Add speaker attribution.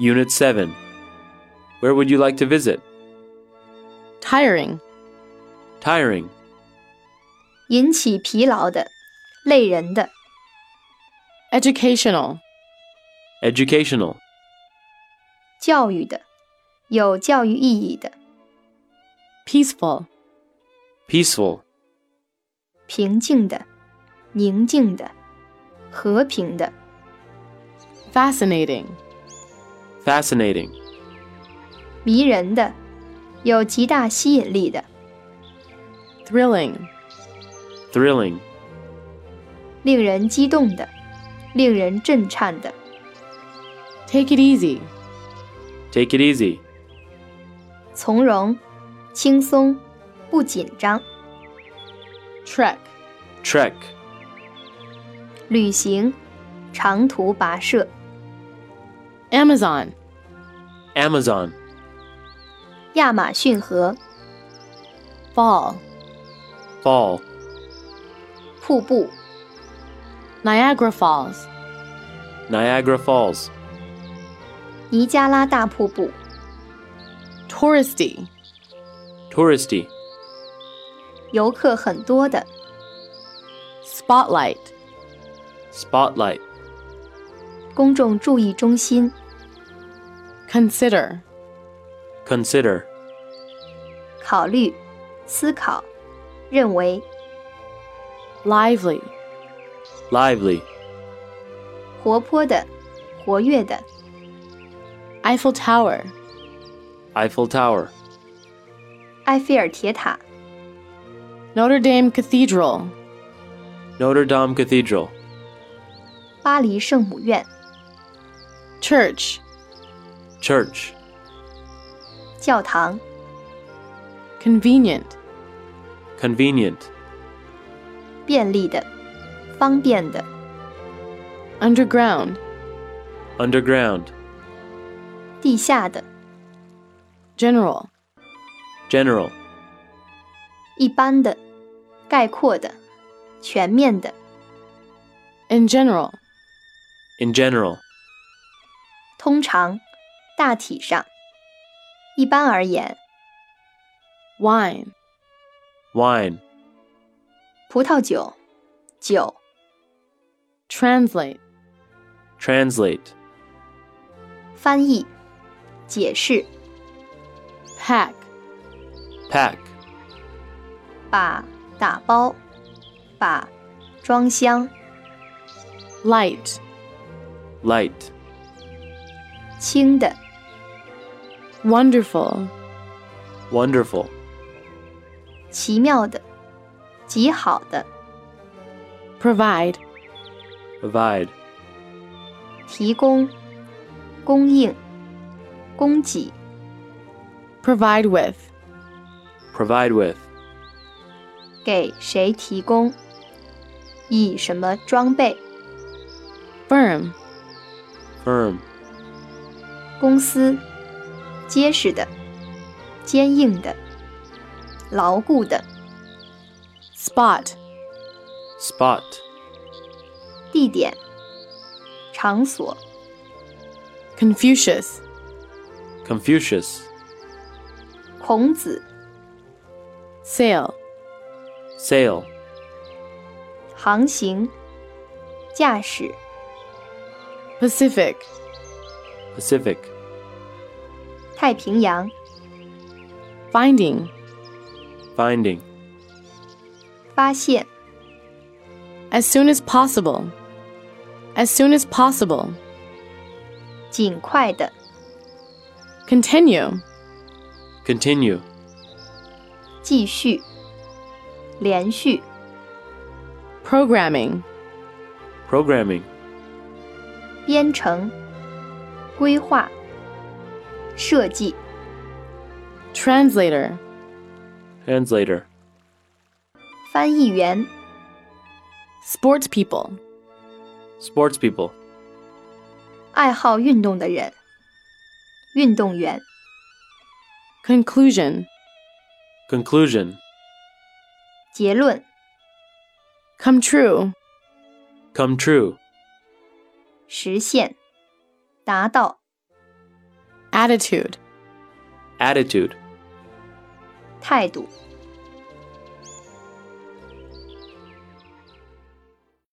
Speaker 1: Unit 7. Where would you like to visit?
Speaker 2: tiring,
Speaker 1: Tiring.
Speaker 3: 引起疲劳的、累人的、
Speaker 2: educational,
Speaker 1: Educational.
Speaker 3: 教育的、有教育意义的、
Speaker 2: peaceful,
Speaker 1: Peaceful.
Speaker 3: 平静的、宁静的、和平的、
Speaker 2: fascinating,
Speaker 1: Fascinating.
Speaker 3: 迷人的、有极大吸引力的、
Speaker 2: thrilling,
Speaker 1: Thrilling.
Speaker 3: 令人激动的、令人震颤的、
Speaker 2: take it easy,
Speaker 1: Take it easy.
Speaker 3: 从容、轻松、不紧张、
Speaker 2: trek,
Speaker 1: Trek.
Speaker 3: 旅行、长途跋涉、
Speaker 2: Amazon,
Speaker 1: Amazon.
Speaker 3: 亚马逊河、
Speaker 2: fall,
Speaker 1: Fall.
Speaker 3: 瀑布、
Speaker 2: Niagara Falls,
Speaker 1: Niagara Falls.
Speaker 3: 尼加拉大瀑布、
Speaker 2: touristy,
Speaker 1: Touristy.
Speaker 3: 游客很多的、
Speaker 2: spotlight,
Speaker 1: Spotlight.
Speaker 3: 公众注意中心、
Speaker 2: consider,
Speaker 1: Consider.
Speaker 3: 考虑、思考、认为、
Speaker 2: lively,
Speaker 1: Lively.
Speaker 3: 活泼的、活跃的、
Speaker 2: Eiffel Tower,
Speaker 1: Eiffel Tower.
Speaker 3: 埃菲尔铁塔、
Speaker 2: Notre Dame Cathedral,
Speaker 1: Notre Dame Cathedral.
Speaker 3: 巴黎圣母院、
Speaker 2: church,
Speaker 1: Church.
Speaker 3: 教堂、
Speaker 2: convenient,
Speaker 1: Convenient.
Speaker 3: 便利的、方便的、
Speaker 2: underground,
Speaker 1: Underground.
Speaker 3: 地下的、
Speaker 2: general,
Speaker 1: General.
Speaker 3: 一般的、概括的、全面的、
Speaker 2: in general,
Speaker 1: In general.
Speaker 3: 通常、大体上、一般而言、
Speaker 2: wine,
Speaker 1: Wine.
Speaker 3: 葡萄酒、酒、
Speaker 2: translate,
Speaker 1: Translate.
Speaker 3: 翻译、解释、
Speaker 2: pack,
Speaker 1: Pack.
Speaker 3: 把、打包、把、装箱、
Speaker 2: light,
Speaker 1: Light.
Speaker 3: 轻的、
Speaker 2: wonderful,
Speaker 1: Wonderful.
Speaker 3: 奇妙的、极好的、
Speaker 2: provide,
Speaker 1: Provide.
Speaker 3: 提供、供应、供给、
Speaker 2: provide with,
Speaker 1: Provide with.
Speaker 3: 给谁提供、以什么装备、
Speaker 2: firm,
Speaker 1: Firm.
Speaker 3: 公司、结实的、坚硬的、牢固的、
Speaker 2: spot,
Speaker 1: Spot.
Speaker 3: 地点、场所、
Speaker 2: Confucius,
Speaker 1: Confucius.
Speaker 3: 孔子、
Speaker 2: sail,
Speaker 1: Sail.
Speaker 3: 航行、驾驶、
Speaker 2: Pacific,
Speaker 1: Pacific.
Speaker 3: 太平洋、
Speaker 2: finding,
Speaker 1: Finding.
Speaker 3: 发现、
Speaker 2: as soon as possible, as soon as possible,
Speaker 3: 尽快的、
Speaker 2: continue,
Speaker 1: Continue.
Speaker 3: 继续、连续、
Speaker 2: programming,
Speaker 1: Programming.
Speaker 3: 编程、规划、设计。
Speaker 2: translator,
Speaker 1: Translator.
Speaker 3: 翻译员、
Speaker 2: sports people,
Speaker 1: Sports people.
Speaker 3: 爱好运动的人、运动员、
Speaker 2: conclusion,
Speaker 1: Conclusion.
Speaker 3: 结论、
Speaker 2: come true,
Speaker 1: Come true.
Speaker 3: 实现、达到、
Speaker 2: Attitude.
Speaker 1: attitude,
Speaker 3: 态度、